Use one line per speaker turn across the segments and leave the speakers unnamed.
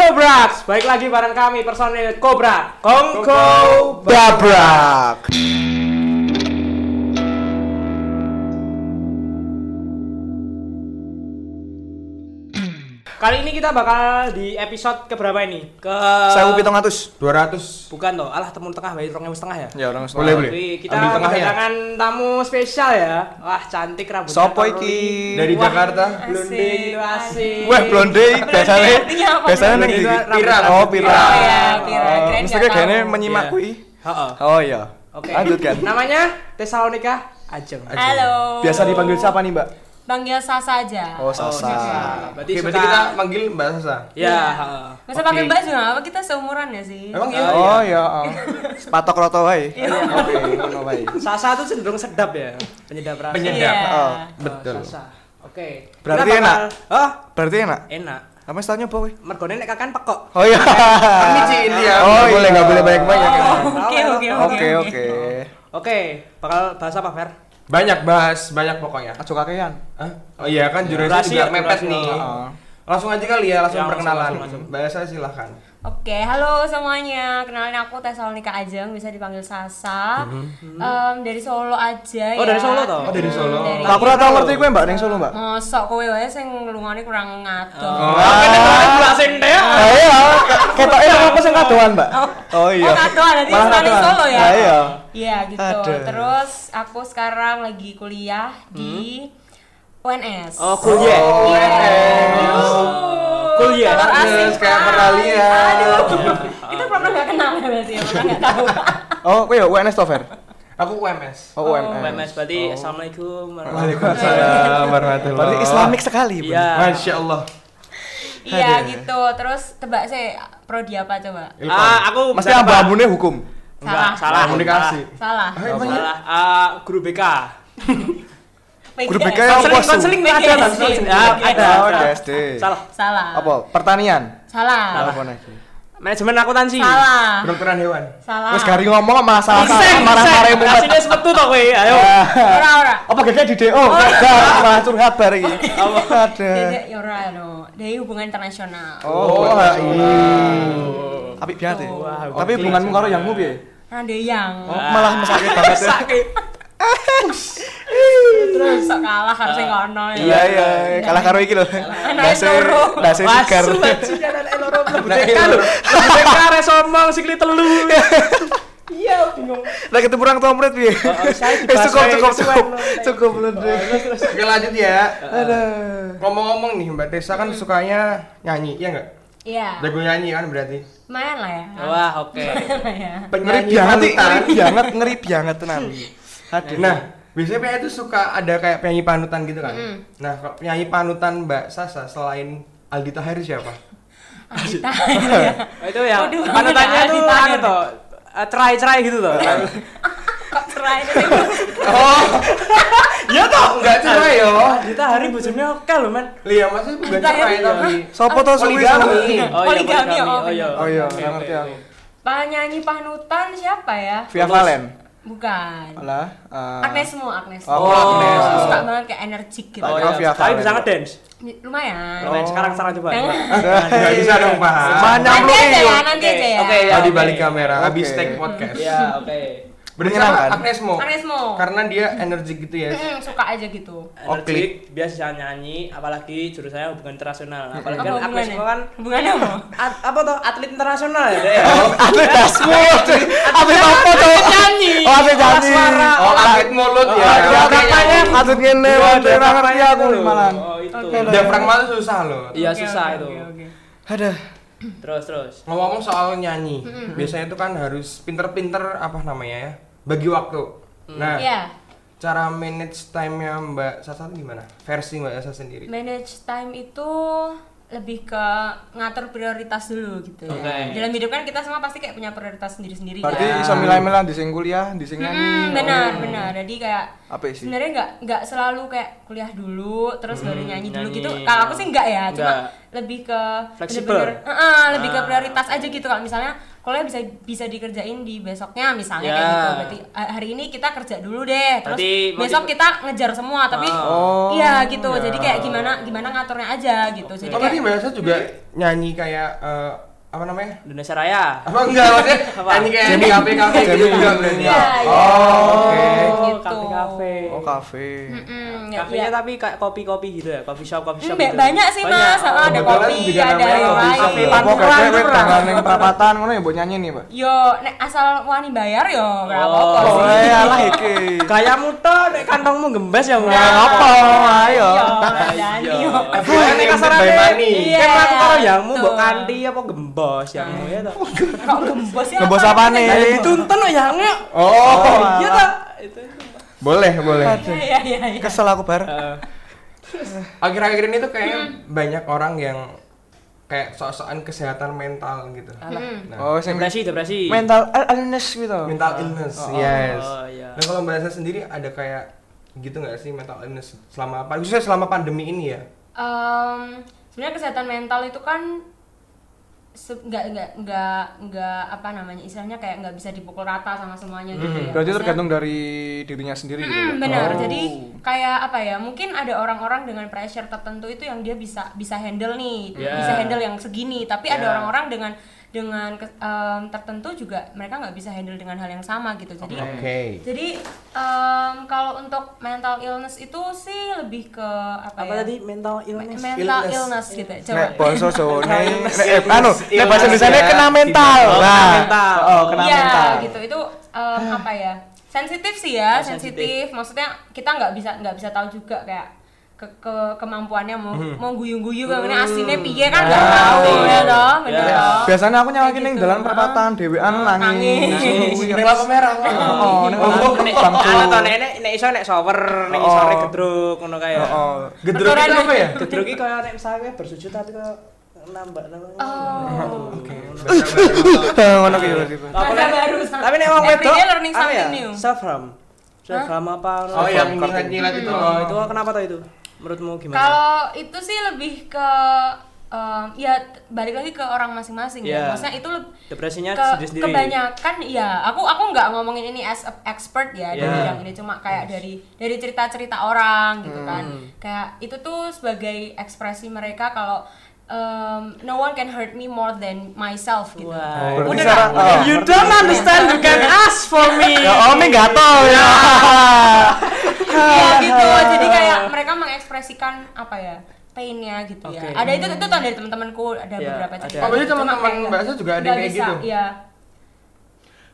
Kobras, baik lagi bareng kami personil Kobra Kongko
Babrak.
Kali ini kita bakal di episode keberapa ini? Ke
Saya pitung atus.
200
Bukan toh, alah temun tengah bayi rongnya setengah ya
Ya orang
Boleh, boleh.
Tapi kita
Ambil tengah ya.
kedatangan tamu spesial ya Wah cantik rambutnya
Sopo
Kak
iki?
Ruli.
dari
Wah,
Jakarta.
Blonde asik
Wah blonde biasanya
artinya apa?
biasanya neng
Blonde itu
di-
rambut-
Pira. Oh pira.
Oh, iya, pira. Keren
Mesti
nggak
kayaknya
tahu.
menyimak
Iya.
kui.
Heeh.
Oh iya.
Oke.
Lanjut kan.
Namanya Tesalonika Ajeng
Halo.
Biasa dipanggil siapa nih mbak?
Panggil Sasa aja.
Oh Sasa.
Berarti
Oke,
suka
berarti kita manggil Mbak Sasa.
Ya heeh.
Masa pakai baju nggak apa kita seumuran ya sih?
Emang iya.
Oh iya. oh. Patok roto wae. Oke. ngono wae.
Sasa tuh cenderung sedap ya Penyedap rasa
Penyedap.
Iya.
Oh.
Betul.
Sasa. Eh, Oke.
Berarti
Kita bakal- Hah?
Berarti enak.
enak.
Apa setahunnya apa wae?
Mergone nek kakan pekok.
Oh iya.
Ah.
Permisi India.
Oh,
Nggak boleh
iya.
nggak boleh banyak-banyak. ya.
Oh, Oke oke
Oke oke.
Oke, bakal bahas apa, Fer?
Banyak bahas, banyak pokoknya.
Acu kakean.
Hah? Oh iya kan jurusnya
Durasi
juga
ya, durasi.
mepet nih.
Heeh.
Langsung aja kali ya,
Ya,
langsung
langsung,
perkenalan.
langsung,
Mbak Sasa silahkan.
Oke, halo semuanya. Kenalin aku Tesalonika Ajeng, bisa dipanggil Sasa.
Mhm.
Em, dari Solo aja
Oh,
ya.
dari Solo toh?
Oh, dari Solo.
Dari-
Aku ora tau ngerti kowe mbak neng solo mbak.
Mosok kowe wae sing ngelungane kurang ngatur.
Oh,
Lah sing
Ah, iya, ketoknya sama aku sing kadoan, Mbak. Oh iya.
Oh, katoan, jadi
Malah
semuanya
katoan.
Solo ya?
Ah, iya.
Iya gitu.
Aduh.
Terus aku sekarang lagi kuliah di
Hmm?
UNS.
Oh, kuliah.
iya.
Kuliah.
Telur asin
Terus kayak
Pak.
pernah lihat.
Aduh, itu pernah nggak kenal ya berarti ya, pernah nggak tahu.
Oh, kowe ya UNS to, Fer?
Aku UMS.
Oh,
UMS
UNS.
berarti Assalamualaikum warahmatullahi
Waalaikumsalam
Berarti
warahmatullahi
islamik sekali, Bu.
Iya.
Masya Allah.
Iya gitu. Terus tebak sih prodi apa coba?
Ah, aku
Mesti
berapa?
ambu-ambune hukum.
Enggak,
Salah.
salah.
Komunikasi.
Salah.
Ah,
Salah.
emang iya?
Salah. Ah, guru BK.
Megas.
Guru BK yang
Konseling,
posu.
konseling nggak ada,
Megas.
konseling. Ya, ada.
Oh,
ada.
SD.
Salah.
Salah.
Apa? Pertanian.
Salah.
Apa lagi?
Manajemen akuntansi.
Salah.
Kedokteran hewan.
Salah.
Wis gari ngomong kok malah salah
Iseng,
salah Iya. marah-marah
iseng.
mumet.
Kasihnya sepetu toh kowe, ayo.
Ora ora.
Apa gede di DO? Enggak, malah curhat bar iki. Ada.
Jadi ya ora no. Dari hubungan internasional.
Oh, HI. Apik banget ya. Tapi hubunganmu karo yangmu piye?
Rande yang.
Oh, malah mesake banget. ya.
Sakit.
Terus sok kalah harusnya kono ya.
Iya iya, kalah karo iki lho.
Anaknya
Dase
loro.
dase sigar.
Wasu, wasu, jalan eloro, mlebu
Nah,
deka lho. Mlebu deka, rek somong, sikli telu. Iya, bingung.
Lah ketemu orang tua murid piye?
oh, saya
Eh,
Wis
dibahas
cukup
wae,
cukup
kesuwen
cukup.
lho.
Cukup lho.
Oke lanjut ya.
Aduh.
Ngomong-ngomong nih Mbak Tessa kan sukanya nyanyi, iya nggak?
Iya.
Jago nyanyi kan berarti.
Main lah ya.
Wah, oke.
Main lah ya.
Ngeri banget,
Penyanyi
Ti.
panutan.
ngeri banget, ngeri banget tenan. Aduh.
Nah, biasanya penyanyi itu suka ada kayak penyanyi panutan gitu kan. Nah, kalau penyanyi panutan Mbak Sasa selain Aldi Tahir siapa?
Adita.
Oh, itu ya.
Waduh,
Panutannya
ada Iya.
tuh
ditanya
anu
nih.
toh. eh, Cerai-cerai gitu toh.
Kok cerai sih?
Oh. ya toh, enggak cerai yo.
Kita hari bujurnya oke loh, men.
Lia Iya, maksudnya bukan cerai
Tahir,
tapi
Sopo to suwi?
poligami.
Poligami, oh,
iya, Oh iya,
Oke,
ngerti
oke,
aku.
oke.
Penyanyi panutan siapa ya?
Via Valen.
Bukan.
Alah.
Agnesmu, Agnes.
Oh, Agnes.
Aku suka banget kayak energik gitu.
Oh, iya.
iya.
Via
Tapi
Valen.
bisa ngedance.
Lumayan.
Lumayan, sekarang sekarang coba. iya.
Eh.
Iya.
Enggak Nah, bisa dong, Pak.
Mana
Nanti aja ya,
lu?
nanti aja ya.
Oke, ya.
Oh, di balik kamera
Oke.
habis take podcast.
Ya, oke.
Berarti
Menyenangkan.
sama Agnes Mo.
Agnes Mo.
Karena dia energik gitu ya.
Mm, suka aja gitu.
Oh, klik.
Energik, dia bisa nyanyi, apalagi jurusannya hubungan internasional. Apalagi kan
Apa
aku
hubungannya?
semua kan
Hubungannya apa?
at- apa tuh atlet internasional ya
Eh.
Dek?
Atlet dasmu. Atlet apa to?
nyanyi
Oh, atlet
Olah
nyanyi.
suara
Oh, Agnes Mulut ya.
Iya,
Oke,
katanya
ya.
atlet ngene, waduh, ora ngerti aku
Itu.
malan.
oh itu
Diafragma tuh susah loh.
iya
Oke,
susah
oke,
itu
oke, oke.
Aduh.
terus terus
Ngomong-ngomong soal nyanyi, biasanya itu kan harus pinter-pinter apa namanya ya, bagi waktu. Nah,
Iya,
cara manage time-nya Mbak Sasa itu gimana? Versi Mbak Sasa sendiri.
manage time itu lebih ke ngatur prioritas dulu gitu ya.
Oke.
Dalam hidup kan kita semua pasti kayak punya prioritas sendiri-sendiri
Berarti Oh.
kan.
iso milah-milah di sing kuliah, di sing
Hmm,
nyanyi.
benar, benar. Jadi kayak
Apa sih?
sebenarnya nggak nggak selalu kayak kuliah dulu terus baru nyanyi, dulu
Hmm, nyanyi.
gitu kalau aku sih nggak ya cuma
Nggak.
lebih ke
Fleksibel.
bener-bener- Heeh, lebih ke
Ah.
prioritas aja gitu kalau misalnya kuliah bisa bisa dikerjain di besoknya misalnya
Ya.
kayak gitu berarti eh, hari ini kita kerja dulu deh terus
Berarti mau
besok
di- Ah. Oh.
kita ngejar semua tapi
Oh.
iya gitu jadi kayak gimana gimana ngaturnya aja gitu jadi
Oh,
kayak
Hmm?
berarti Mbak Sasa juga nyanyi kayak eh, apa namanya?
Indonesia Raya.
Apa enggak maksudnya?
Apa?
Ini kayak di kafe kafe gitu
Jamming.
juga berarti.
Iya, iya.
Oh, oke.
Oh,
Gitu.
kafe-kafe.
Oh, kafe.
Mm-mm, ya,
Kafenya
iya.
tapi kayak kopi-kopi gitu ya, coffee shop, coffee shop.
Mm,
gitu.
banyak sih mas,
Banyak.
Ah, ada
Kebetulan
kopi,
juga
ada
namanya
yang
kopi
lain.
shop.
Apa
Panturan
kafe
tuh, Ra.
tanggal yang perapatan ngono ya buat nyanyi nih, Pak.
Yo, nek asal wani bayar yo, nggak
Oh.
apa-apa
Oh,
sih.
ya lah iki.
Kayamu tuh nek kantongmu gembes ya Iya.
Ya
Mbak.
apa ayo.
Yo, dan yo.
Everyone
Ini
is
kasarane.
by money.
Iya.
Kayak perantara yangmu mbok
Betul. Hmm.
kanti apa gembos yangmu ya toh.
Oh.
Kok gembos ya?
Ngebos apa nih?
Ya dituntun kok yangmu.
Oh,
Iya
Ah.
toh. Itu.
boleh, boleh.
Iya, iya, iya.
Kesel aku bar.
Eh,
Akhir-akhir ini tuh kayaknya
Hmm.
banyak orang yang kayak sok-sokan kesehatan mental gitu.
Hmm.
Hmm,
Nah,
Oh, sing
Depresi, depresi.
mental al- illness gitu.
mental illness, yes.
oh, iya.
Nah, kalau Mbak Elsa sendiri ada kayak gitu nggak sih mental illness selama apa? Khususnya selama pandemi ini ya.
Em, sebenarnya kesehatan mental itu kan se- nggak nggak nggak nggak apa namanya istilahnya kayak nggak bisa dipukul rata sama semuanya gitu ya.
Hmm, Berarti
Maksudnya-
tergantung dari dirinya sendiri gitu. Pak.
Mm, benar.
Oh.
Jadi kayak apa ya? Mungkin ada orang-orang dengan pressure tertentu itu yang dia bisa bisa handle nih,
Ya.
Yeah.
bisa handle yang segini. Tapi ada
Yeah.
orang-orang dengan dengan ke- em, tertentu juga mereka nggak bisa handle dengan hal yang sama gitu. Jadi jadi em, kalau untuk mental illness itu sih lebih ke apa,
Apa
ya?
tadi mental
Me-
illness?
Mental
Illness.
illness, gitu. Coba.
Nek bahasa Jawa
Nah, iya.
Illness,
nek anu, nek bahasa
illness,
Indonesia
ya.
kena mental.
Oh, kena
Nah,
mental.
Oh, kena
Iya,
mental.
gitu itu em, apa ya sensitif sih
Oh,
ya
sensitif.
sensitif maksudnya kita nggak bisa nggak bisa tahu juga kayak ke, ke- kemampuannya mau mau guyung-guyu kemana asinnya piye kan nggak
Ah,
tahu
iya.
ya toh bener
Iya.
toh
Biasanya aku nyawa
Kayak
ning
gitu.
dalan perapatan dhewean nangis. Oh,
Nangis.
Nangis.
Ning lampu merah.
Oh, ning
Oh,
lampu
nek
bangku.
anu to nek nek- nek iso nek shower, nek
Oh.
sore gedruk ngono kae. ya.
Oh,
Gedruk itu apa ya?
Gedruk iki koyo nek misalnya bersujud tapi koyo nambah nambah.
oh
Oke.
oh. ngono ki berarti. Pak.
Apa
Masa
nek-
baru
Tapi nek wong
Every
wedok
day learning
apa
something
ya?
new.
Self harm. Self harm apa?
Oh,
Self-harm.
yang nyilat-nyilat itu.
Oh, itu kenapa tuh itu? Menurutmu gimana?
kalau itu sih lebih ke em, ya t- balik lagi ke orang masing-masing
Iya.
ya maksudnya itu lebih
Depresinya
Ke-
sendiri-sendiri.
kebanyakan ya aku aku nggak ngomongin ini as a expert ya di
Yeah.
bidang ini cuma kayak dari dari cerita cerita orang gitu kan
Hmm.
kayak itu tuh sebagai ekspresi mereka kalau um, no one can hurt me more than myself gitu
Nah,
Wah.
Berarti
Udah,
Sarah-
Kak.
oh.
You don't understand, you can ask for me.
Ya Omi nggak tahu ya.
Iya gitu jadi kayak mereka mengekspresikan apa ya painnya gitu
Oke. Hmm.
ya ada itu itu tuh dari teman-temanku ada
Iya,
beberapa
ada.
cerita gitu.
Oh, berarti
Cuma
teman-teman
kayak-
Mbak Sa juga ada yang
nggak
kayak
bisa,
gitu?
iya.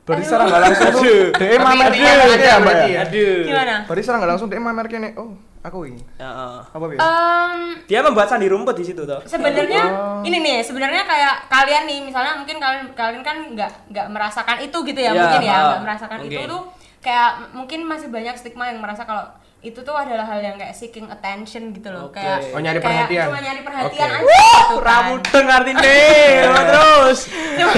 Berarti
Aduh.
Sarah nggak langsung tuh. Dhewe
Tapi
mamer
intinya
gitu ya,
ada
Mbak
berarti
ya.
ya.
Aduh.
gimana
Berarti Sarah nggak langsung dhewe mamer kene. Oh, aku ini.
Heeh.
Apa ya?
Em,
oh. Dia membuat sandi rumput di situ toh.
sebenarnya
Oh.
ini nih sebenarnya kayak kalian nih misalnya mungkin kalian kalian kan nggak nggak merasakan itu gitu ya
Ya,
mungkin ya
ha,
nggak merasakan itu
mungkin.
tuh kayak m- mungkin masih banyak stigma yang merasa kalau itu tuh adalah hal yang kayak seeking attention gitu loh
Oke.
kayak
Oh, nyari
kayak
perhatian.
cuma nyari perhatian
Oke.
aja gitu kan.
Ramudeng artine.
Iya,
Terus.
cuma,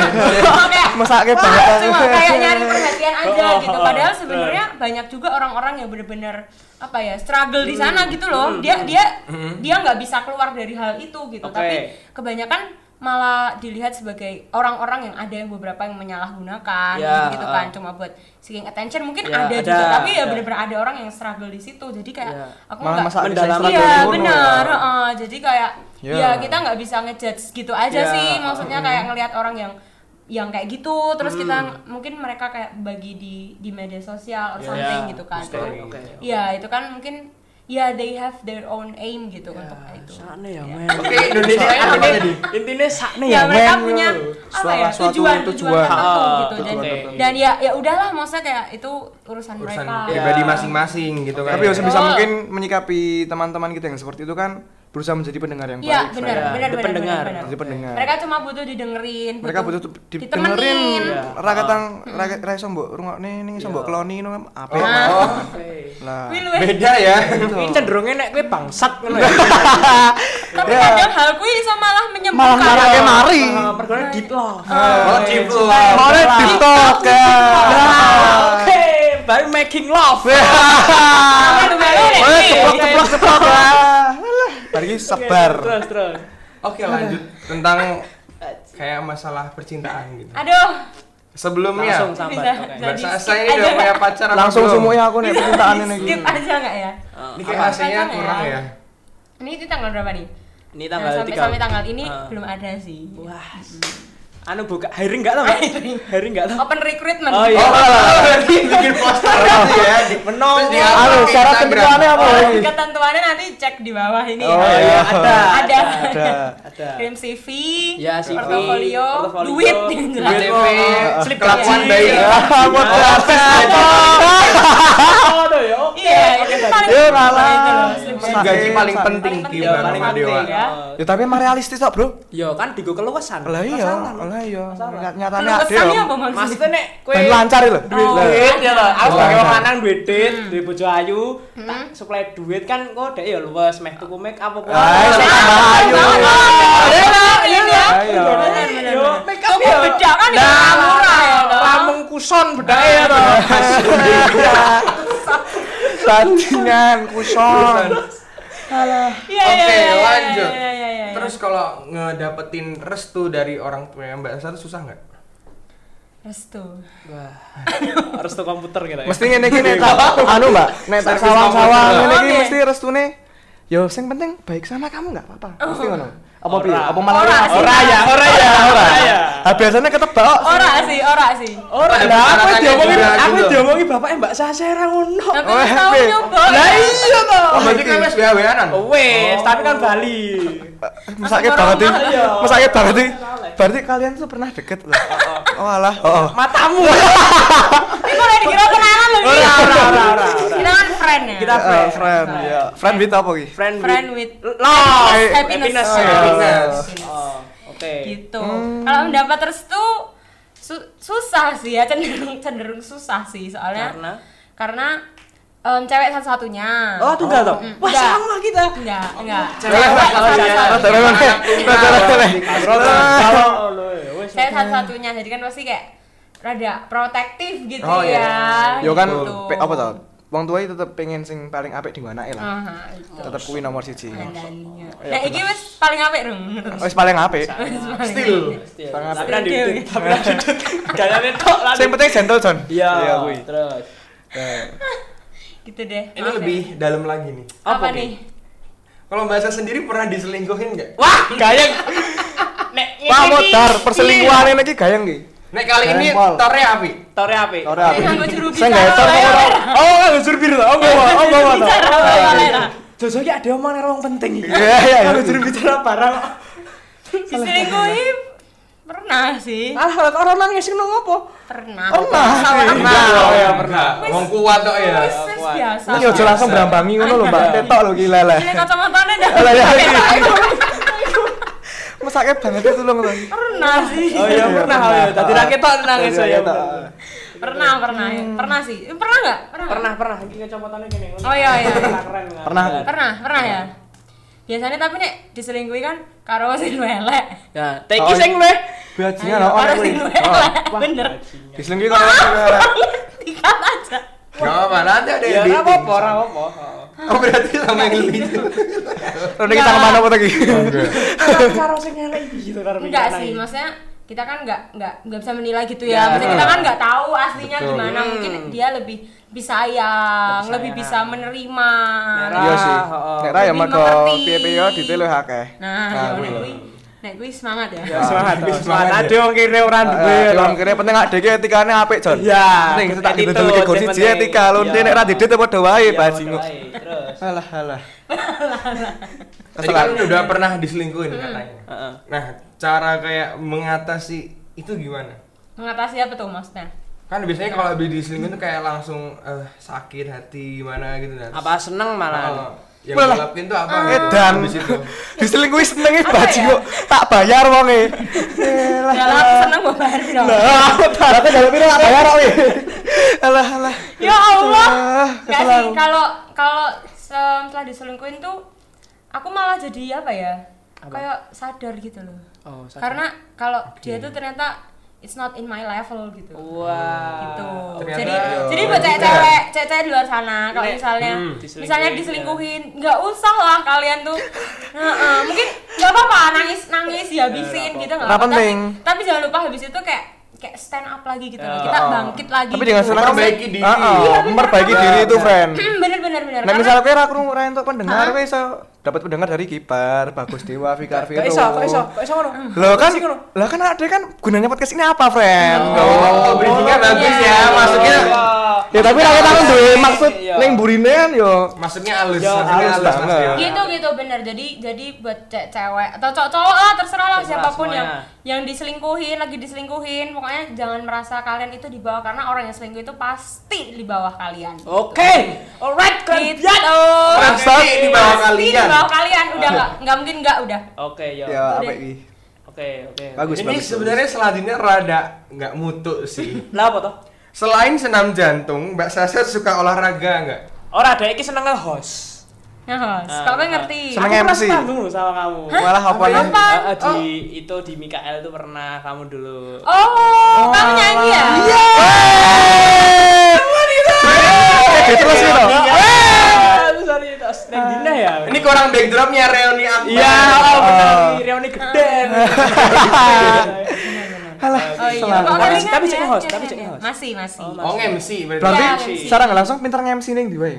cuma kayak
Eh, Mesake
wah,
banget aku.
cuma kayak nyari perhatian aja
Oh, oh,
gitu
oh,
padahal
betul.
sebenarnya banyak juga orang-orang yang bener-bener apa ya struggle di sana
Hmm,
gitu loh dia dia dia nggak bisa keluar dari hal itu gitu
Oke.
tapi kebanyakan malah dilihat sebagai orang-orang yang ada yang beberapa yang menyalahgunakan
Ya,
gitu
ah.
kan cuma buat seeking attention mungkin
Ya,
ada,
ada,
juga tapi ya
ada.
bener-bener ada orang yang struggle di situ jadi kayak
Ya.
aku
Malah
nggak
masak
mendalaman
bisa
Iya
istirahat
benar,
dulu.
heeh. jadi kayak
Ya.
ya kita nggak bisa ngejudge gitu aja
Ya,
sih, maksudnya kayak ngelihat orang yang yang kayak gitu, terus kita mungkin mereka kayak bagi di di media
Ya,
sosial or something gitu kan,
Oke, Oke.
Iya itu kan mungkin ya they have their own aim gitu untuk itu.
Sakne ya, men.
Oke, Indonesia ini apa tadi?
Intine sakne ya,
Ya, mereka
men.
punya apa ya
Suara- suatu
tujuan tujuan
tujuan.
tertentu
Ah,
gitu dan
tujuan tertentu.
dan ya ya udahlah maksudnya kayak itu
Urusan
urusan, mereka.
Ya.
pribadi masing-masing gitu kan.
Tapi harus
Betul.
bisa mungkin menyikapi teman-teman kita yang seperti itu kan berusaha menjadi pendengar yang
Iya
baik.
benar
Ya,
benar
itu
benar
pendengar.
benar, benar.
Jadi pendengar.
Mereka cuma butuh didengerin,
Mereka butuh tuh didengerin
ditemenin.
rakatan rakyat rakyat sombong rungokne ning sombok kloni ngono apa ya, Mak?
Oh,
lah
Ah. Wih, luwe.
beda ya.
Ini cenderungnya nek kowe bangsat ngono ya.
Tapi kadang hal kuwi iso malah
Iya. malah
menyembuhkan.
marahnya mari
Ah, Mergone deep Ah, love. iya.
Oh, deep love.
Mari di TikTok ya.
Oke, baru making love.
Apa tuh, Mbak? Luwe.
Mari ceplok ceplok ceplok ya. Alah, Bari sabar.
Terus terus.
Oke, lanjut tentang kayak masalah percintaan gitu.
Aduh,
Langsung
Sebelumnya,
sambat.
Bisa.
Oke.
Mbak
Jadi
Sasa
skip
ini udah
aja.
punya pacar apa
Langsung
belum?
semuanya aku nih percintaan ini.
skip aja nggak ya?
Ini kayak
Apa?
AC-nya
Pasangan
kurang
ya?
ya.
Ini itu tanggal berapa nih?
Ini Iya, tanggal
Nah, sampai,
3.
sampai tanggal ini
Ah.
belum ada sih.
Wah. anu buka hiring enggak lah, Mbak? Hiring enggak lah.
Open recruitment.
Oh, iya.
Oh, berarti bikin poster gitu ya.
Terus dia-
Apa,
Halo, Anu, syarat
Instagram?
ketentuannya apa
Oh,
lagi?
ketentuannya nanti cek di bawah ini.
iya. Oh,
Oh, iya, ada.
Ada.
Ada.
Ada.
Kirim CV,
Ya, CV,
portofolio,
portofolio,
duit, yang jelas.
duit.
KTP,
Slip
kelakuan
gaji.
baik.
Ah, mau protes apa?
Aduh, ya. oke.
Iya, itu paling
Ya,
utama
malah.
itu loh, slip
Malah.
gaji.
Gaji paling
Paling
penting Iya, di
penting.
Ya,
barang
paling
Bang
penting
dewa.
ya.
Ya tapi emang realistis kok, Bro.
Ya kan digo keluasan.
Lah iya,
Masalah, lho.
lah iya.
Masalah.
Nyat- Nyatanya ada. ya,
Keluasannya apa
Om.
maksudnya?
Maksudnya nek kowe
Dan lancar lho.
Oh.
Lah.
duit ya lah. Aku
Lancar.
sebagai wong lanang duwe duit, duwe bojo ayu, tak supply duit kan kok dek ya luwes meh tuku make up apa.
Ayo,
Iya, Ayo,
sama ayo.
iya.
Ayo, ya. ayo,
Ayo.
Yo,
ayo.
make up
Toko bedak kan
Iya, Nah,
ya, murah ya, toh.
Ramung kuson bedake ya toh.
Tandingan kuson.
Iya, iya,
Oke,
iya, iya,
lanjut.
iya, iya, iya, iya.
Terus kalau ngedapetin restu dari orang tua Mbak Esa tuh susah nggak?
restu.
Wah. Harus tuh komputer gitu ya.
Mesti ngene iki nek tak anu, Mbak. Nek tak
Servis
sawang-sawang
komputer.
ngene iki
Oke.
mesti restune. Yo sing penting baik sama kamu enggak apa-apa. Mesti ngono. Apa
Ora.
piye? Apa malah
Ora
apa?
sih.
Ora ya, ora ya, ora ya.
Ah biasanya ketebak.
Ora sih, ora sih.
Ora
Ada
lah, aku
persyaratannya
diomongi,
juga
aku
gitu.
diomongi bapaknya Mbak Sasera ngono.
Tapi
Oh,
tahu
happy.
nyoba.
Lah iya toh.
Oh, berarti kan wes BHW-an.
Wes, tapi kan Bali.
Mesake
Aku
Eh, banget
normal,
iki.
iya.
Mesake banget iki. Berarti kalian tuh pernah deket loh. Oh alah. Oh.
Matamu.
Ini kok udah dikira kenalan loh. iya.
Ora, ora, ora, ora, ora.
Kita kan friend ya.
Kita
Eh,
friend.
friend, ya. Friend with apa Eh, iki?
Friend,
friend with
Lah,
happiness,
happiness.
happiness.
Oh,
happiness.
Oh, oke.
gitu. Kalau mendapat restu su- susah sih ya cenderung cenderung susah sih soalnya
Karena?
karena em, cewek satu-satunya.
Oh, tunggal toh. Wah,
Enggak.
sama kita.
Enggak, Oh, enggak.
eh,
Cewek satu-satunya.
satu-satunya.
eh,
Kalau lo ya, wes.
Saya satu-satunya, jadi kan pasti kayak rada protektif gitu
Oh, iya.
ya.
Yo kan
gitu.
pe- apa tau? Wong tua itu tetep pengen sing paling apik di mana lah.
Aha, itu.
Tetep kuwi nomor siji.
Andainya. Nah, iki wis paling apik dong menurut.
Wis paling apik.
Still.
Sangat
Tapi kan
apik.
diudut, tapi kan diudut. Gayane tok lah.
Sing penting gentle John.
Iya,
kuwi.
terus. Eh,
Gitu deh.
Ini
maaf ya.
lebih dalam lagi nih.
apa,
Apa
nih?
Kalau Mbak Esa sendiri pernah diselingkuhin nggak?
Wah, gayeng.
Nek
Pak Modar perselingkuhan ini iki gayeng iki.
Nek kali ini
Jempol.
tore api.
Tore api.
Ora
Ini
apik.
nganggo juru
Saya
bicara,
nggak tor
Mbak, ya,
ora.
Mbak.
Oh, nggak juru biru. Oh, nggak bawa, oh, nggak bawa.
Bicara apa ya, Lera?
Nah, Jojo ki ada omongan orang penting iki.
Iya, iya, iya.
Aku juru bicara barang.
Diselingkuhi pernah sih.
Alah, kalau orang nangis sing nang opo?
Pernah.
Pernah.
Pernah. Oh ya pernah.
Wis.
Wong kuat kok ya.
Wis, wis
Kuat.
biasa.
Ini yo jelas langsung berambangi ngono lho, Mbak. Tetok lho gila lah.
Ini kacamatanya dah.
Lah ya iki. Mesake banget itu lho ngono.
Pernah sih.
Oh iya, pernah. oh, iya. Tadi ra ketok nangis
Iya,
saya.
ketok.
Pernah, pernah. ya. Pernah sih. Pernah enggak? Pernah. nggak?
Pernah, pernah. Iki kecopotannya gini.
Oh iya, iya.
Keren, kan?
Pernah.
Pernah, pernah ya. Biasanya tapi nek diselingkuhi kan karo sing welek.
Ya, teki sing luwih.
Bajingan
Ayo,
oh,
karo
oh,
sing
kuwi.
welek. Bener.
Oh, Diselingkuhi kok ora.
Tikat aja.
Iya, Gak apa-apa, nanti ada
Ya
yang
ora
dating.
apa-apa, ora apa-apa.
Oh berarti sama yang lebih dulu.
Terus kita kemana apa lagi?
Tapi Karo sing elek iki gitu karo
Enggak
pikiran
sih,
iki.
maksudnya kita kan nggak nggak nggak bisa menilai gitu
Ya.
ya. Maksudnya kita kan nggak tahu aslinya
Betul.
gimana. Mungkin dia lebih lebih sayang,
Lebih
lebih bisa
sayang.
menerima. Nah,
Merah.
Iya sih.
Heeh.
Nek ra ya
Lebih
mergo
mengerti.
piye-piye yo detail yo akeh.
Nah,
Nah,
ya
kuwi.
nek kuwi nek kuwi semangat ya.
Ya semangat,
Wis,
semangat.
semangat,
Ade wong kene ora duwe.
Heeh,
toh.
Ah, Wong kene penting awake dhewe etikane apik, Jon.
Iya,
Penting tak
itu,
didol ke kursi
sing
jek
penting.
etika lho,
Iya.
nek ra didit padha wae
Iya,
bajingan.
wae, Terus.
Alah alah.
Tadi kan udah pernah diselingkuhin katanya.
Heeh.
Nah, cara kayak mengatasi itu gimana?
Mengatasi apa tuh maksudnya?
Kan biasanya kalau habis diselingkuhin tuh kayak langsung eh, sakit hati gimana gitu nah.
Apa seneng
Oh,
malah.
yang
Malah.
ngelakuin tuh
Eh,
apa? gitu,
Edan.
habis itu.
Diselingkuhi senenge
Apa
bajing
ya?
kok tak bayar wonge. Eh, lah,
Dalam
lah.
seneng babar dong.
Lah, aku tak- aku jalan pira tak bayar wonge. Alah alah.
Ya Allah.
Ah,
Enggak sih,
keterlaluan.
kalau kalau setelah diselingkuhin tuh aku malah jadi apa ya? Kayak sadar gitu loh.
Oh, sadar.
Karena kalau dia tuh ternyata it's not in my level gitu.
Wah.
gitu.
Ternyata-
jadi
Yo,
jadi buat
gitu ya.
cewek-cewek, cewek-cewek di luar sana kalau
Nek,
misalnya
hmm,
misalnya
diselingkuhin
diselingkuhin, nggak usah lah kalian tuh. Heeh, mungkin nggak apa-apa nangis nangis
nggak
dihabisin gitu nggak
Nggak
apa-apa.
penting.
Tapi, tapi jangan lupa habis itu kayak kayak stand up lagi gitu loh. Kita
oh.
bangkit lagi.
Tapi dengan
gitu.
senang
Memperbaiki diri.
Ah, ah,
Iya,
bener.
memperbaiki
Iya,
diri itu,
bener.
friend.
bener bener bener.
Nah,
Karena-
misalnya kowe ra krungu ra entuk pendengar, kowe iso dapat pendengar dari kiper, Bagus Dewa, Fikar Viro.
Kok iso, kok iso, kok iso ngono?
Loh kan,
Sing ngono.
loh kan ada kan gunanya podcast ini apa, friend?
Oh, bridgingnya bagus ya.
Iya.
Masuknya
Ya tapi rakyat aku duwe maksud
Iya.
ning burine kan yo.
masuknya halus,
Ya,
masuknya
halus
halus,
banget. Iya.
masuknya halus.
gitu gitu bener jadi jadi buat ce- cewek atau cowok cowok lah terserah lah
Terserah
siapapun yang
semuanya.
yang diselingkuhin lagi diselingkuhin pokoknya jangan merasa kalian itu di bawah karena orang yang selingkuh itu pasti di bawah kalian
Oke. Alright, keren
Gitu.
banget.
Pasti di bawah
pasti di
kalian.
bawah kalian udah nggak nggak mungkin nggak udah
Oke, ya.
Ya
Iya.
apa iki?
Oke, oke.
Bagus,
Ini
bagus.
sebenarnya selanjutnya rada nggak mutu sih.
Lah apa toh?
Selain senam jantung, Mbak Sasa suka olahraga nggak?
Ora ada iki seneng nge-host.
nah
Ah,
kalau kan
ah.
ngerti
Seneng
Aku
MC.
pernah tanggung loh sama kamu.
Malah apa
Apa?
ya?
nih?
Eh, eh,
Oh.
di itu di Mikael itu pernah kamu dulu.
oh, kamu nyanyi ya
Yeay! Oke, terus gitu.
Aduh, sorry, itu neng dina ya.
Ah. Ini kurang backdropnya reuni apa?
Iya, oh, benar
Oh.
nih, reuni gede.
Alah,
oh iya
selalu.
Kok
Tapi-
nggak
tapi
ingat
jadi
ya?
host,
Jangan
tapi
ya.
jadi host.
masih masih
Oh,
Oh MC berarti.
Berarti
Iya, MC.
secara nggak langsung pinter nge-MC ning di wae.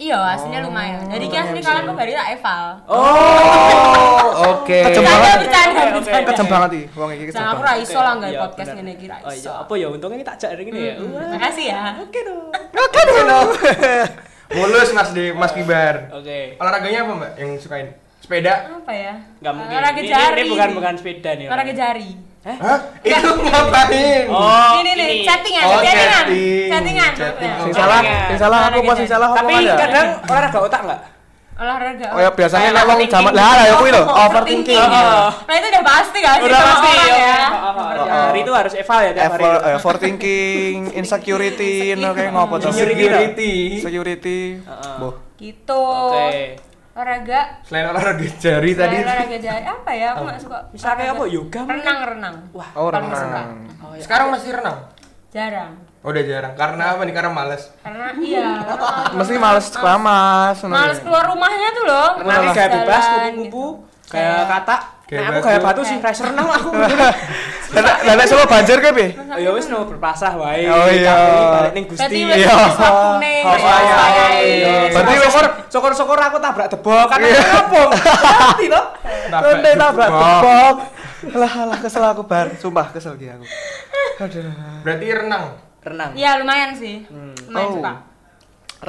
iya aslinya lumayan
Oh,
jadi kayak asli kalian kok bari tak eval
Oh, oke.
Kejem
bercanda
banget.
bercanda
Oke, oke.
bercanda
Kejem banget iki wong iki kejem
Nah, aku
banget.
ra iso lah nggak
Iya,
podcast
benar.
ini kira
Oh
iso.
iya, apa ya untungnya kita ajak hari ini ya. Wah,
Makasih ya.
Oke dong.
Mulus Mas De, Mas Kibar.
Oke.
Olahraganya apa Mbak yang sukain? Sepeda?
Apa ya?
Enggak mungkin.
Olahraga
Ini- ini-
jari.
Ini bukan bukan Iya. sepeda nih.
olahraga jari.
Hah? Itu ngapain?
Oh,
ini nih,
ini.
chattingan,
Oh,
chattingan.
chatting.
Chattingan.
Chatting.
Sing
Oke.
salah,
Oke.
sing salah aku
Olahraga
pas sing
jadi.
salah aku
Tapi
ada.
kadang olahraga otak enggak?
Olahraga.
Oh ya biasanya
Kayak
nek wong jaman
overthinking.
lah lah ya kuwi lho,
Overthinking.
overthinking.
Heeh.
Nah, itu udah pasti kan sih
Oh, Udah
sama
pasti
orang
ya.
ya.
Oh, oh, oh. Hari itu harus eval ya tiap hari.
Over- eh, Overthinking, insecurity, no kayak ngopo tuh.
Insecurity.
Security.
Heeh.
Boh.
Gitu.
Oke.
Olahraga
Selain olahraga jari tadi.
selain olahraga jari apa ya? Aku nggak suka.
Misalnya kayak
olahraga.
apa? Yoga mungkin?
Renang-renang.
Wah.
Oh,
Paling suka.
renang.
Sekarang masih renang? Oh,
Jarang.
Udah jarang. Karena apa nih? Karena males.
Karena iya. karena
Mesti males kelamas. ngono
Males
ya.
keluar rumahnya tuh loh.
Renang
Males
kayak bebas,
jalan,
kupu-kupu,
gitu.
kayak katak.
Kayak
Nah, aku kayak
batu.
batu sih, fresh renang lah aku.
Lah lah, nek solo banjir kowe piye?
Oh ya wis no berpasah wae.
Oh, iya.
Kabeh balik ning Gusti.
Berarti wis
Iya.
wis waktune.
Oh,
wis
iya,
wayahe.
iya.
Berarti wis
Syukur-syukur aku tabrak debok kan apa? Mati toh.
Nah,
Tende tabrak tebok. Lah lah kesel aku bar, sumpah kesel ki aku.
Berarti renang.
Renang.
Iya, lumayan sih. Lumayan
Oh.
suka.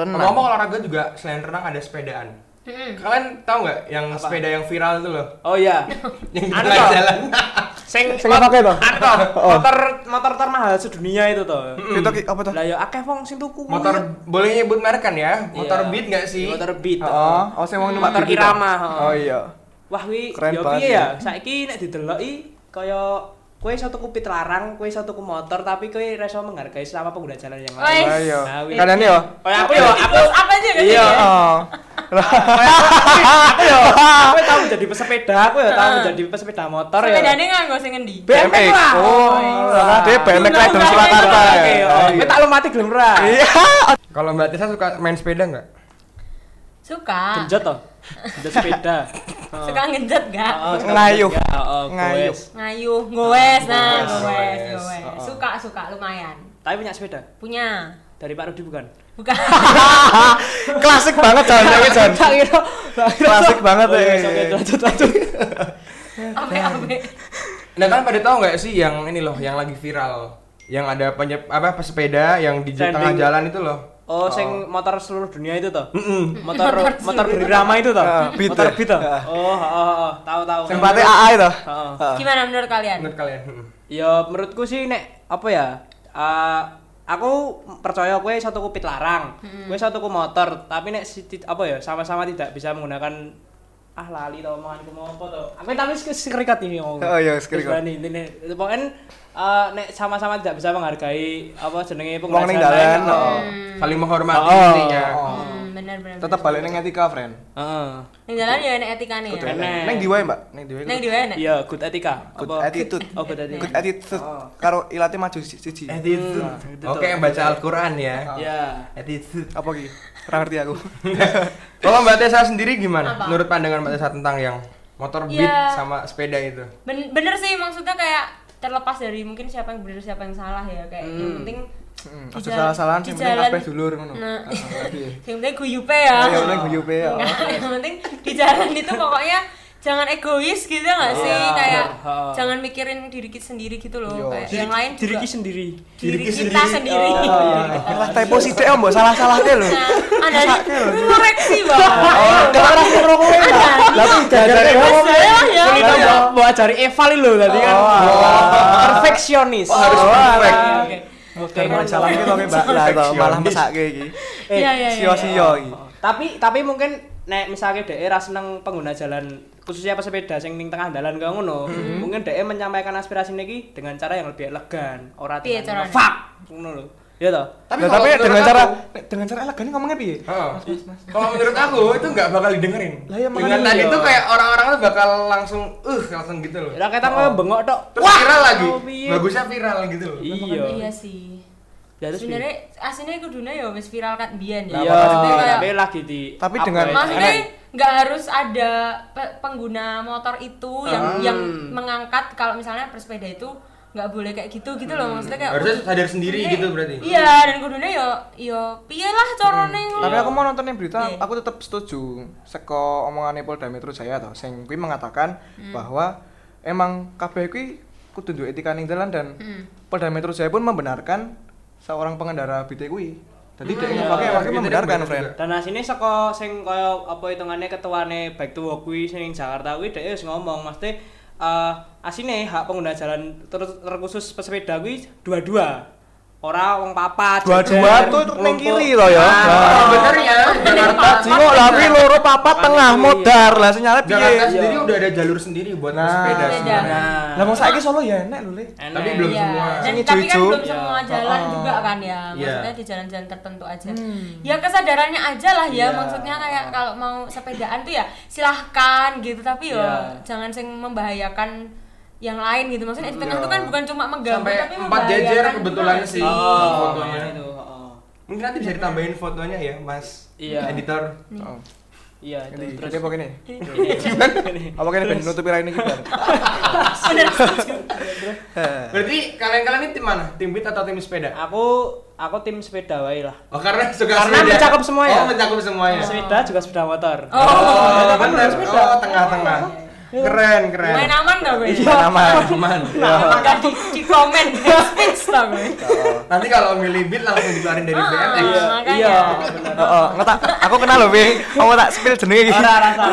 Ngomong olahraga juga selain renang ada sepedaan.
Mm-mm.
Kalian tahu nggak yang sepeda yang viral itu loh?
Oh iya.
Yang di
Anu
tengah
toh.
jalan.
Sing
Sing apa kayak toh?
Anu toh, motor motor termahal sedunia itu toh.
Itu ki- apa tuh?
Lah ya akeh wong sing tuku.
Motor boleh nyebut merek kan ya?
Iya.
Motor beat nggak sih?
Motor beat.
Oh, oh sing wong numpak
Motor
bibi, toh?
irama, iya. heeh.
Oh iya.
Wah wi,
Keren
ya
banget
piye
ya.
ya? Saiki nek dideloki kaya kowe iso tuku pit larang, kowe iso tuku motor tapi kowe ra iso menghargai sama pengguna jalan yang lain.
Wes.
Lah iya.
Nah, wis.
Kadane yo. Iya,
Kaya aku ya, aku
Terus apa aja kan?
Iya.
Oh.
aku ya, aku ya tahu menjadi pesepeda, aku ya tahu
Heeh.
menjadi pesepeda motor ya.
Sepedane nganggo sing endi?
BMX lah. iya.
Oh, lah dia BMX
Nah,
Undang-undang
rider
ini
Surakarta.
tuh.
ya. Oh,
Oke, oh.
iya.
Kowe tak lumati gelem ra.
Iya.
Kalau Mbak Tessa suka main sepeda nggak?
Suka.
Genjot toh. Genjot sepeda.
Suka ngejet gak?
Oh, suka
Ngayuh.
genjot, ya, oh,
Ngayuh.
goes.
Ngayuh, gowes nah,
Gowes.
gowes,
Gowes.
gowes. Suka, suka lumayan.
Tapi punya sepeda
Punya.
dari Pak Rudi bukan?
Bukan.
Klasik banget Iya, Jon, tapi Jon.
Tak kira. tak kira.
Klasik banget,
Oh, iya,
eh.
oke, lanjut lanjut.
Ape ape.
Nah kalian pada tahu nggak sih yang ini loh, yang lagi viral, yang ada penyep, apa pesepeda yang di
Trending.
tengah jalan itu loh.
Oh, sing motor seluruh dunia itu toh?
Mm-mm.
Motor motor berirama itu toh?
Ah, beat
motor
ya?
beat toh?
Ah.
Oh, oh, oh, oh, tahu tahu.
Tempatnya AA itu.
Heeh.
Heeh.
Gimana menurut kalian?
Menurut kalian? Mm.
Ya menurutku sih nek apa ya? eh, aku percaya kue satu kupit larang,
Hmm.
kue satu ku motor, tapi nek si, tit- apa ya sama-sama tidak bisa menggunakan ah lali tau omonganku mau apa tuh aku tapi sk- sekerikat ini ngomong
Oh, iya, sekerikat.
Terus berani, ini nih. Itu pokoknya eh, nek sama-sama tidak bisa menghargai apa jenenge
Wong ning
pengguna jalan lain,
dalan.
oh.
oh.
Saling menghormati
Oh.
intinya.
Hmm, bener bener.
Tetap
bener.
balik ning etika, friend.
Heeh.
Yang jalan ya enak etikane ya.
Kudu
Enak.
enek. Neng di wae, Mbak. Neng di wae.
Neng
kudu.
di enak.
iya good etika
Good
Apa?
attitude.
oh good attitude
Good attitude. Karo ilate maju si- siji.
Eh,
Attitude.
Attitude.
Oke, yang baca Al-Quran ya.
ya
Eh,
Attitude.
Apa ki? Ora ngerti aku.
Kalau Mbak Tessa sendiri gimana?
Apa?
Menurut pandangan Mbak Tessa tentang yang motor beat
Ya.
sama sepeda itu?
Ben- bener sih maksudnya kayak terlepas dari mungkin siapa yang benar siapa yang salah ya kayak yang penting
Hmm, aja
di jalan-
salah-salahan
di
sih penting
jalan-
kabeh dulur ngono.
Nah.
Ah,
Heeh.
yang penting guyupe ya
Ya oleh guyupe ya.
Nggak, yang penting di jalan itu pokoknya jangan egois gitu nggak sih
Iya,
kayak
ha.
jangan mikirin diri kita sendiri gitu loh
Iya.
kayak
Diri-
yang lain
diri
juga
ki sendiri.
diri
diri ki
kita
sendiri.
sendiri
Lah typo sithik ya mbok salah-salahke lho. Oh,
nah ada di koreksi banget
Kelarang ngrokok ya.
Nah.
Lah kuwi jajare ngomong ya.
ya.
Kita mau- mau ajari Eva lho tadi kan. Perfeksionis.
harus
Oh,
perfect.
alah.
Oke.
Oke.
Kan salah iki to Mbak. Lah to, malah mesake iki.
Eh,
Nah. Iya, iya, iya.
Sia-sia iki.
Tapi tapi mungkin nek misalnya daerah seneng pengguna jalan khususnya pesepeda sing ning tengah dalan kaya ngono,
Mhm.
mungkin dhek menyampaikan aspirasi niki dengan cara yang lebih elegan, ora
iya. Piye
dengan
carane?
fuck ngono lho. Iya toh?
Lah,
kalau
tapi
menurut
dengan cara
aku-
dengan cara elegan ini ngomongnya piye?
Heeh. Oh. Kalau menurut aku itu nggak bakal didengerin.
Lah, ya,
Dengan
makanya
tadi
iya.
itu kayak orang-orang tuh bakal langsung uh langsung gitu loh.
Ora ketan kaya bengok tok.
Terus viral lagi.
oh,
iya.
piye.
Bagusnya viral gitu loh.
Iya.
iya sih
Ya, terus piye?
sebenarnya aslinya kudune ya wis viral kan biyen ya
Iya,
Maksudnya kayak-
tapi lagi di
Tapi
apa
dengan-
ya?
maksudnya nggak harus ada pe- pengguna motor itu yang yang mengangkat kalau misalnya bersepeda itu nggak boleh kayak gitu gitu loh maksudnya kayak
Harusnya
kudu-
sadar sendiri
kudune-
gitu berarti.
iya dan kudunya yo yo ya piye lah corone ngono.
Hmm. Tapi aku mau nonton yang berita,
Iya.
aku tetap setuju seko omongannya Polda Metro Jaya toh. Sing kuwi mengatakan bahwa emang kabeh kuwi kudu duwe etika ning dalan dan
Hmm.
Polda Metro Jaya pun membenarkan seorang pengendara BT kuwi. Jadi
Hmm,
dia
iya.
pakai
Iya,
emang membenarkan,
bener
friend.
juga.
Dan asine saka sing kaya apa hitungannya ketuane baik to Work kuwi sing ning Jakarta kuwi dhek wis ngomong mesti eh asine hak pengguna jalan terus terkhusus pesepeda kuwi dua-dua. Ora wong papat.
Dua-dua
jejer,
tuh ning
nglumpuk.
kiri loh ya.
Ah,
Nah,
Nah.
Sebenarnya Jakarta
Jingo tapi loro papat tengah
Iya.
modar lah sinyalnya
Jakarta
piye.
sendiri udah ada jalur sendiri buat
Iya. Nah.
sepeda
Sepeda.
sebenarnya.
Nah.
Lah mong saiki Solo ya enek lho, Le.
enak.
Tapi belum
Iya.
semua.
Dan,
Yang
tapi kan
hijau-hijau.
belum semua
Iya.
jalan
Oh.
juga kan ya. Maksudnya
Iya.
di jalan-jalan tertentu aja. Ya kesadarannya aja lah ya.
Iya.
Maksudnya kayak kalau mau sepedaan tuh ya silahkan gitu. Tapi yo
Iya.
jangan sing membahayakan yang lain gitu. Maksudnya di tengah
Iya.
itu kan bukan cuma mengganggu
Sampai
tapi
empat jejer
membahayakan
kebetulan
juga
sih.
Oh,
Fotonya.
makanya itu, heeh.
Mungkin nanti bisa ditambahin fotonya ya, Mas.
Iya.
Editor.
Oh.
Iya, itu
Jadi
terus.
jadi apa gini?
Ini.
Apa gini ben nutupi rai ini kita?
Bener.
Heh.
Berarti kalian-kalian ini tim mana? Tim beat atau tim sepeda?
Aku aku tim sepeda wae lah.
Oh, karena suka
Karena
sepeda.
mencakup Iya. semua ya?
Oh, mencakup semuanya.
Sepeda juga sepeda motor.
Oh,
Oh,
kan
bener.
sepeda.
Oh, tengah-tengah. Keren, keren.
Main aman tau gue.
Iya, aman.
Aman.
Gak di, di komen hate speech tau gue.
Nanti kalau milih beat langsung dikeluarin dari
Ah,
BMX.
Iya,
makanya.
iya, bener.
Heeh, nggak tak, aku kenal loh, Bing. Kamu tak spill jenenge iki.
Ora rasa.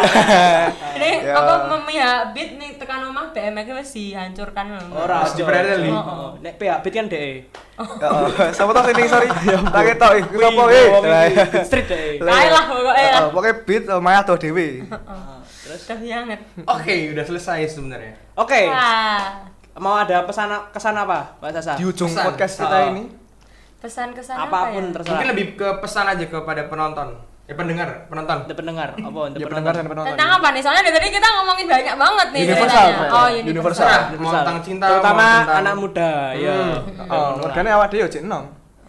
Ini
Ya.
apa memihak beat nih tekan omah BMX wis dihancurkan loh.
Ora
Mas Dibrelli.
Oh, oh. Nek PHB kan DE.
Heeh, Sama tau sini, sorry. Tak ketok iki.
Wih,
Apa iki?
wong iki Street eh. DE.
Kae lah pokoknya lah.
Heeh, Pokoknya iya. beat eh, mayah tuh dewe.
Ah, Terus
Udah banget.
Oke, udah selesai sebenarnya.
oke,
Wah.
mau ada pesan kesan apa, Mbak Sasa?
Di ujung
Pesan.
podcast kita
Oh.
ini.
Pesan kesan
Apapun
apa ya?
terserah.
Mungkin lebih ke pesan aja kepada penonton. Eh, pendengar, penonton.
Untuk pendengar, apa untuk
Ya pendengar
penonton?
dan penonton.
Tentang apa nih? Soalnya dari tadi kita ngomongin banyak banget nih
Universal,
ceritanya.
Fred.
Oh, universal.
Universal.
Terserah, mau
Misal,
tentang cinta,
terutama
mau tentang
anak muda, ya.
Hmm.
Oh, organe awak dhewe yo cek enom.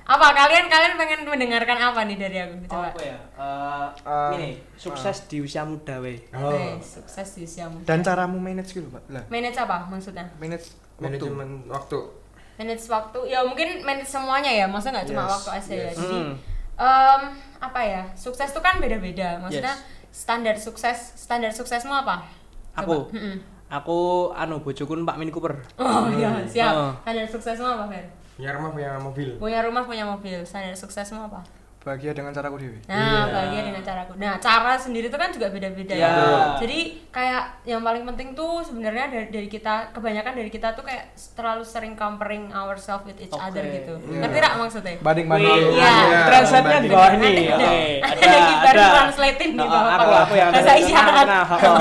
Apa kalian kalian pengen mendengarkan apa nih dari aku
Oh,
coba?
apa ya? Eh,
Eh,
ini sukses di usia muda, weh.
Oh.
Eh, sukses di usiamu.
Dan caramu manage gitu, Mbak. Lah,
Manage apa maksudnya?
manage waktu.
Manajemen waktu.
Manage waktu. Ya mungkin manage semuanya ya. Maksudnya nggak cuma
Yes.
waktu aja ya.
Yes.
Jadi
Hmm.
em, apa ya? Sukses tuh kan beda-beda. Maksudnya standar sukses, standar suksesmu apa?
Aku.
Coba. Mm-mm.
Aku anu bojoku Pak Min Cooper.
Oh iya, siap.
Oh.
Standar suksesmu apa, Fer?
Punya rumah, punya mobil.
Punya rumah, punya mobil. Standar suksesmu apa?
Bahagia dengan caraku dhewe.
Nah,
Iya.
bahagia dengan caraku. Nah, cara sendiri itu kan juga beda-beda
Iya.
ya. Jadi kayak yang paling penting tuh sebenarnya dari, dari kita kebanyakan dari kita tuh kayak terlalu sering comparing ourselves with each
Oke.
other gitu.
Iya.
Ngerti nggak maksudnya?
Banding
Wih,
banding.
Iya.
iya. Translate-nya di bawah ini.
Ada-
Oke,
ada yang kita translatein di
Oh, oh,
bawah
Aku
apa?
aku yang
Bahasa isyarat.
Nah, oh, oh.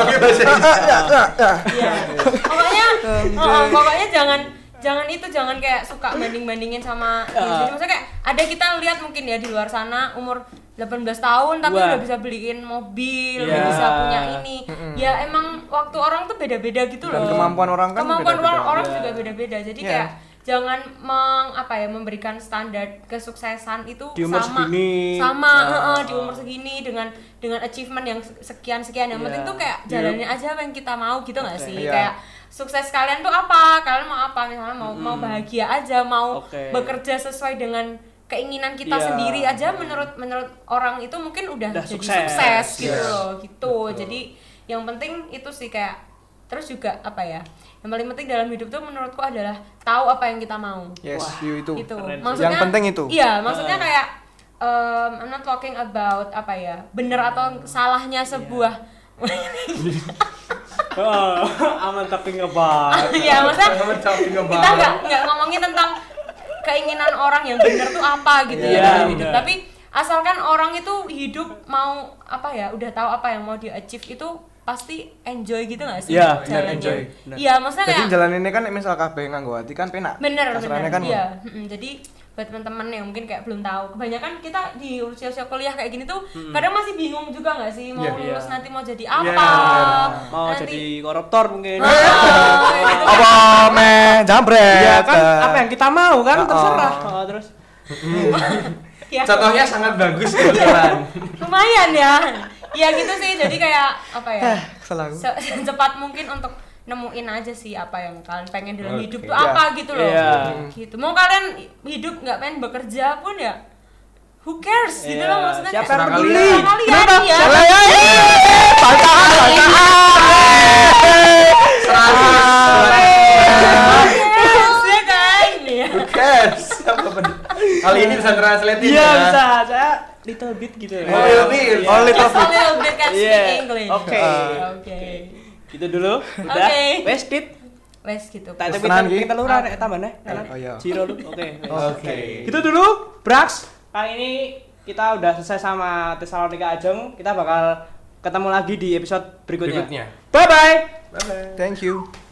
Iya. pokoknya oh, pokoknya jangan jangan itu jangan kayak suka banding-bandingin sama
Iya.
Ah.
Jadi maksudnya kayak ada kita lihat mungkin ya di luar sana umur 18 tahun tapi
Iya.
Wah.
udah bisa beliin mobil, udah
Ya.
bisa punya ini. Ya emang waktu orang tuh beda-beda gitu
Dan
loh.
kemampuan orang kan
Kemampuan orang,
beda-beda.
orang
Ya.
juga beda-beda. Jadi
Ya.
kayak jangan meng apa ya memberikan standar kesuksesan itu
Di umur
sama
segini.
sama
Nah.
Ah.
heeh, di umur segini dengan dengan achievement yang sekian sekian yang
Ya.
penting tuh kayak
Di-
jalannya aja apa yang kita mau gitu nggak sih
Iya.
kayak sukses kalian tuh apa kalian mau apa misalnya mau bahagia aja mau
Oke.
bekerja sesuai dengan keinginan kita
Iya.
sendiri aja menurut menurut orang itu mungkin udah,
Udah
jadi
sukses.
sukses, gitu
Yes.
loh gitu jadi yang penting itu sih kayak terus juga apa ya yang paling penting dalam hidup tuh menurutku adalah tahu apa yang kita mau
Yes,
Wah,
you Iya, itu.
itu
Keren.
maksudnya
Yang penting itu.
iya maksudnya kayak um, I'm not talking about apa ya bener atau salahnya sebuah
Oh, aman tapi ngebat.
ya maksudnya
Kamu talking about-
kita nggak nggak ngomongin tentang keinginan orang yang bener tuh apa gitu
Iya,
ya dalam
bener.
hidup tapi asalkan orang itu hidup mau apa ya udah tahu apa yang mau dia achieve itu pasti enjoy gitu nggak sih
Iya,
bener,
jalannya?
enjoy.
Bener.
iya maksudnya
Jadi
kayak
jalan ini kan misal kabeh nganggo hati kan penak.
bener
Kasarannya
bener
kan
iya Mm-mm. jadi buat teman-teman yang mungkin kayak belum tahu kebanyakan kita di usia usia kuliah kayak gini tuh kadang masih bingung juga nggak sih mau
Iya.
lulus nanti mau jadi
Iya,
apa
Mau
Nanti-
jadi koruptor mungkin.
Ah, kayak gitu.
apa meh jambret.
Nah, Iya kan apa yang kita mau kan
Oh.
terserah. Oh, terus
Ya.
Contohnya sangat bagus kebetulan.
lumayan ya ya gitu sih jadi kayak apa ya
kesalahan.
se- secepat mungkin untuk nemuin aja sih apa yang kalian pengen dalam
Oke.
hidup tuh apa gitu loh
Iya.
gitu mau kalian hidup nggak pengen bekerja pun ya who cares gitu
Iya.
loh maksudnya
Siapa
kayak
yang
terserah
peduli?
kalian ya
Salah ya. eh, Bantahan, bantahan. eh.
Who cares, ya kan Iya.
Yes. Apa peduli? Kali ini bisa ya. translate
Iya bisa, saya little bit gitu ya.
Oh, little bit.
Iya.
Oh, little
just a little bit can speak
Iya.
English
Oke.
oke
Gitu dulu. Udah.
Oke.
Wes dit.
wes gitu
Tak tapi
Pesenan, Ki.
kita lurah nek tambahne.
Oh, iya.
Ciro lu. Oke. wes.
Oke.
Gitu dulu, Brax. Kali ini kita udah selesai sama Tesalonika Ajeng. Kita bakal ketemu lagi di episode berikutnya.
Berikutnya.
Bye bye.
Bye bye.
Thank you.